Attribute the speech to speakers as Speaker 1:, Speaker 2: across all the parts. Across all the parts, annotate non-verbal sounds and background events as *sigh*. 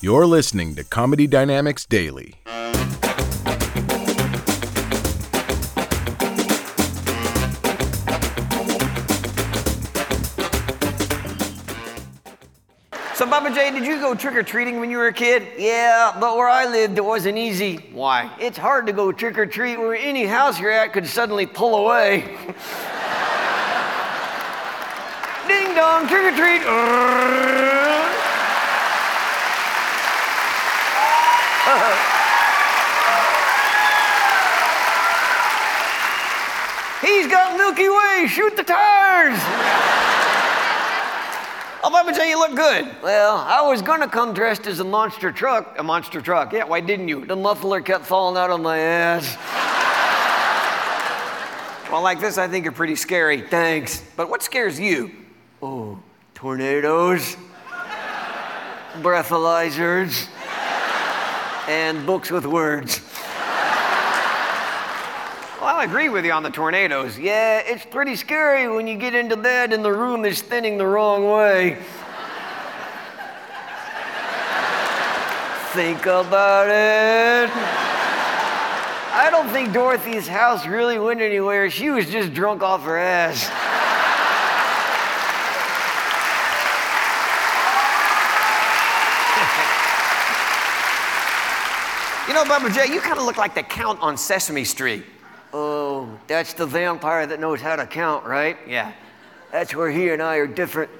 Speaker 1: You're listening to Comedy Dynamics Daily.
Speaker 2: So, Papa Jay, did you go trick or treating when you were a kid? Yeah, but where I lived, it wasn't easy. Why? It's hard to go trick or treat where any house you're at could suddenly pull away. *laughs* Ding dong, trick or treat. *laughs* He's got Milky Way, shoot the tires. Oh, Papa Jay, you look good. Well, I was gonna come dressed as a monster truck. A monster truck, yeah, why didn't you? The muffler kept falling out on my ass. well, like this, I think you're pretty scary. Thanks. But what scares you? Oh, tornadoes, breathalyzers, and books with words. Well, I'll agree with you on the tornadoes. Yeah, it's pretty scary when you get into bed and the room is spinning the wrong way. think about it. I don't think Dorothy's house really went anywhere. She was just drunk off her ass.
Speaker 3: You know, Bubba J, you kind of look like the Count on Sesame Street.
Speaker 2: Oh, that's the vampire that knows how to count, right?
Speaker 3: Yeah.
Speaker 2: That's where he and I are different.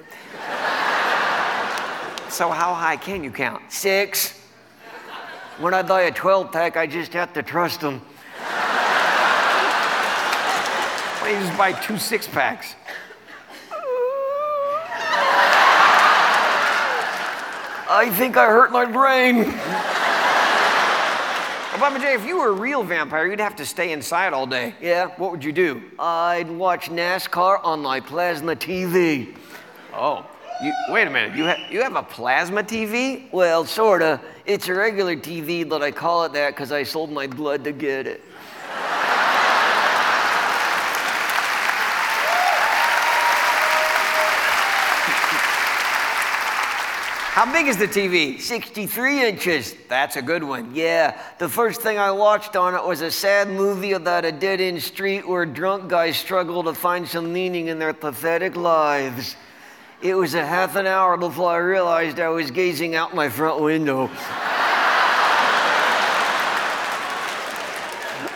Speaker 3: So how high can you count?
Speaker 2: Six. When I buy a 12 pack, I just have to trust them.
Speaker 3: Why don't you just buy two six packs?
Speaker 2: I think I hurt my brain.
Speaker 3: Well, Bubba J, if you were a real vampire, you'd have to stay inside all day.
Speaker 2: Yeah.
Speaker 3: What would you do?
Speaker 2: I'd watch NASCAR on my plasma TV.
Speaker 3: Oh, you, wait a minute. You have you have a plasma TV?
Speaker 2: Well, sorta. It's a regular TV, but I call it that because I sold my blood to get it.
Speaker 3: How big is the TV?
Speaker 2: 63 inches.
Speaker 3: That's a good one.
Speaker 2: Yeah, the first thing I watched on it was a sad movie about a dead end street where drunk guys struggle to find some meaning in their pathetic lives. It was a half an hour before I realized I was gazing out my front window. *laughs*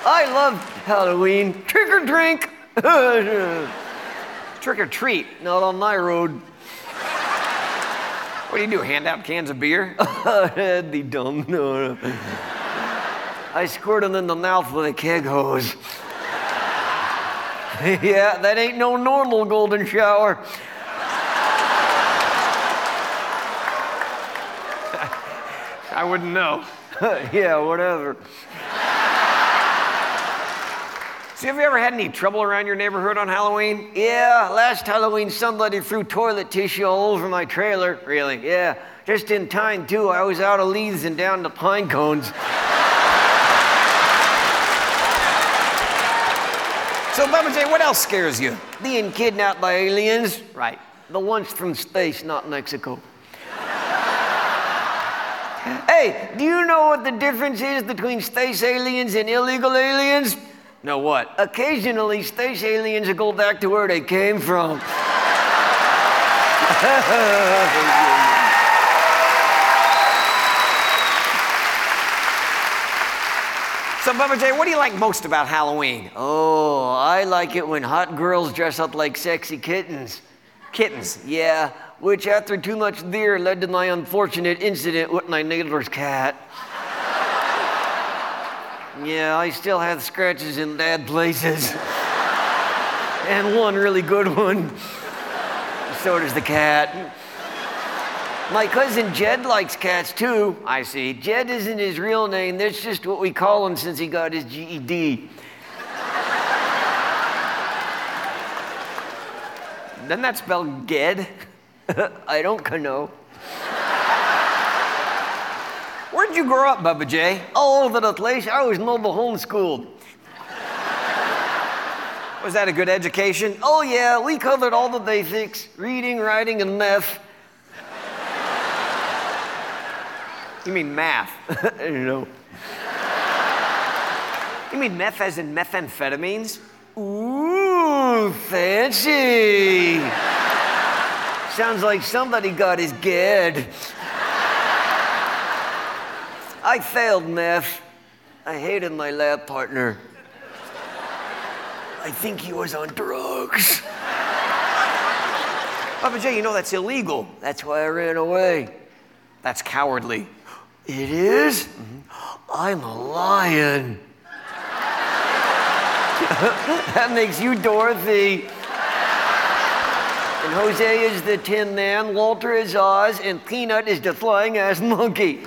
Speaker 2: I love Halloween. Trick or drink? *laughs*
Speaker 3: Trick or treat?
Speaker 2: Not on my road.
Speaker 3: What do you do? Hand out cans of
Speaker 2: *laughs*
Speaker 3: beer?
Speaker 2: That'd be dumb. No, no. I squirt him in the mouth with a keg hose. *laughs* yeah, that ain't no normal golden shower.
Speaker 3: I wouldn't know.
Speaker 2: *laughs* yeah, whatever.
Speaker 3: So have you ever had any trouble around your neighborhood on Halloween?
Speaker 2: Yeah, last Halloween somebody threw toilet tissue all over my trailer.
Speaker 3: Really?
Speaker 2: Yeah, just in time too. I was out of leaves and down to pine cones.
Speaker 3: So, Bubba J, what else scares you?
Speaker 2: Being kidnapped by aliens.
Speaker 3: Right.
Speaker 2: The ones from space, not Mexico. *laughs* hey, do you know what the difference is between space aliens and illegal aliens?
Speaker 3: No, what?
Speaker 2: Occasionally, space aliens go back to where they came from.
Speaker 3: So, Bubba J, what do you like most about Halloween?
Speaker 2: Oh, I like it when hot girls dress up like sexy kittens.
Speaker 3: Kittens.
Speaker 2: Yeah, which after too much beer led to my unfortunate incident with my neighbor's cat. yeah, I still have scratches in bad places. and one really good one. so does the cat. My cousin Jed likes cats too.
Speaker 3: I see.
Speaker 2: Jed isn't his real name, that's just what we call him since he got his E GED.
Speaker 3: Doesn't that spell Ged?
Speaker 2: *laughs* I don't know.
Speaker 3: Where'd you grow up, Bubba J?
Speaker 2: All over the place, I was mobile homeschooled.
Speaker 3: Was that a good education?
Speaker 2: Oh yeah, we covered all the basics reading, writing, and math. *laughs*
Speaker 3: You mean math?
Speaker 2: you know.
Speaker 3: you mean meth as in methamphetamines?
Speaker 2: Ooh, fancy. Sounds like somebody got his ged. I failed math. I hated my lab partner. I think he was on drugs.
Speaker 3: Papa J, you know that's illegal.
Speaker 2: That's why I ran away.
Speaker 3: That's cowardly.
Speaker 2: It is? I'm a lion. *laughs* that makes you Dorothy. And Jose is the Tin Man, Walter is Oz, and Peanut is the flying ass monkey.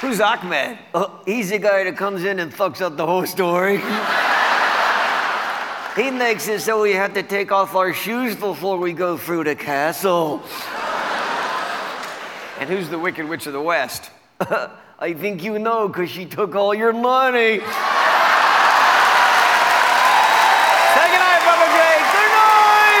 Speaker 3: Who's Ahmed?
Speaker 2: Uh, he's the guy that comes in and fucks up the whole story. *laughs* he makes it so we have to take off our shoes before we go through the castle. *laughs*
Speaker 3: And who's the Wicked Witch of the West?
Speaker 2: I think you know because she took all your money.
Speaker 3: Say goodnight, Papa J. Good night!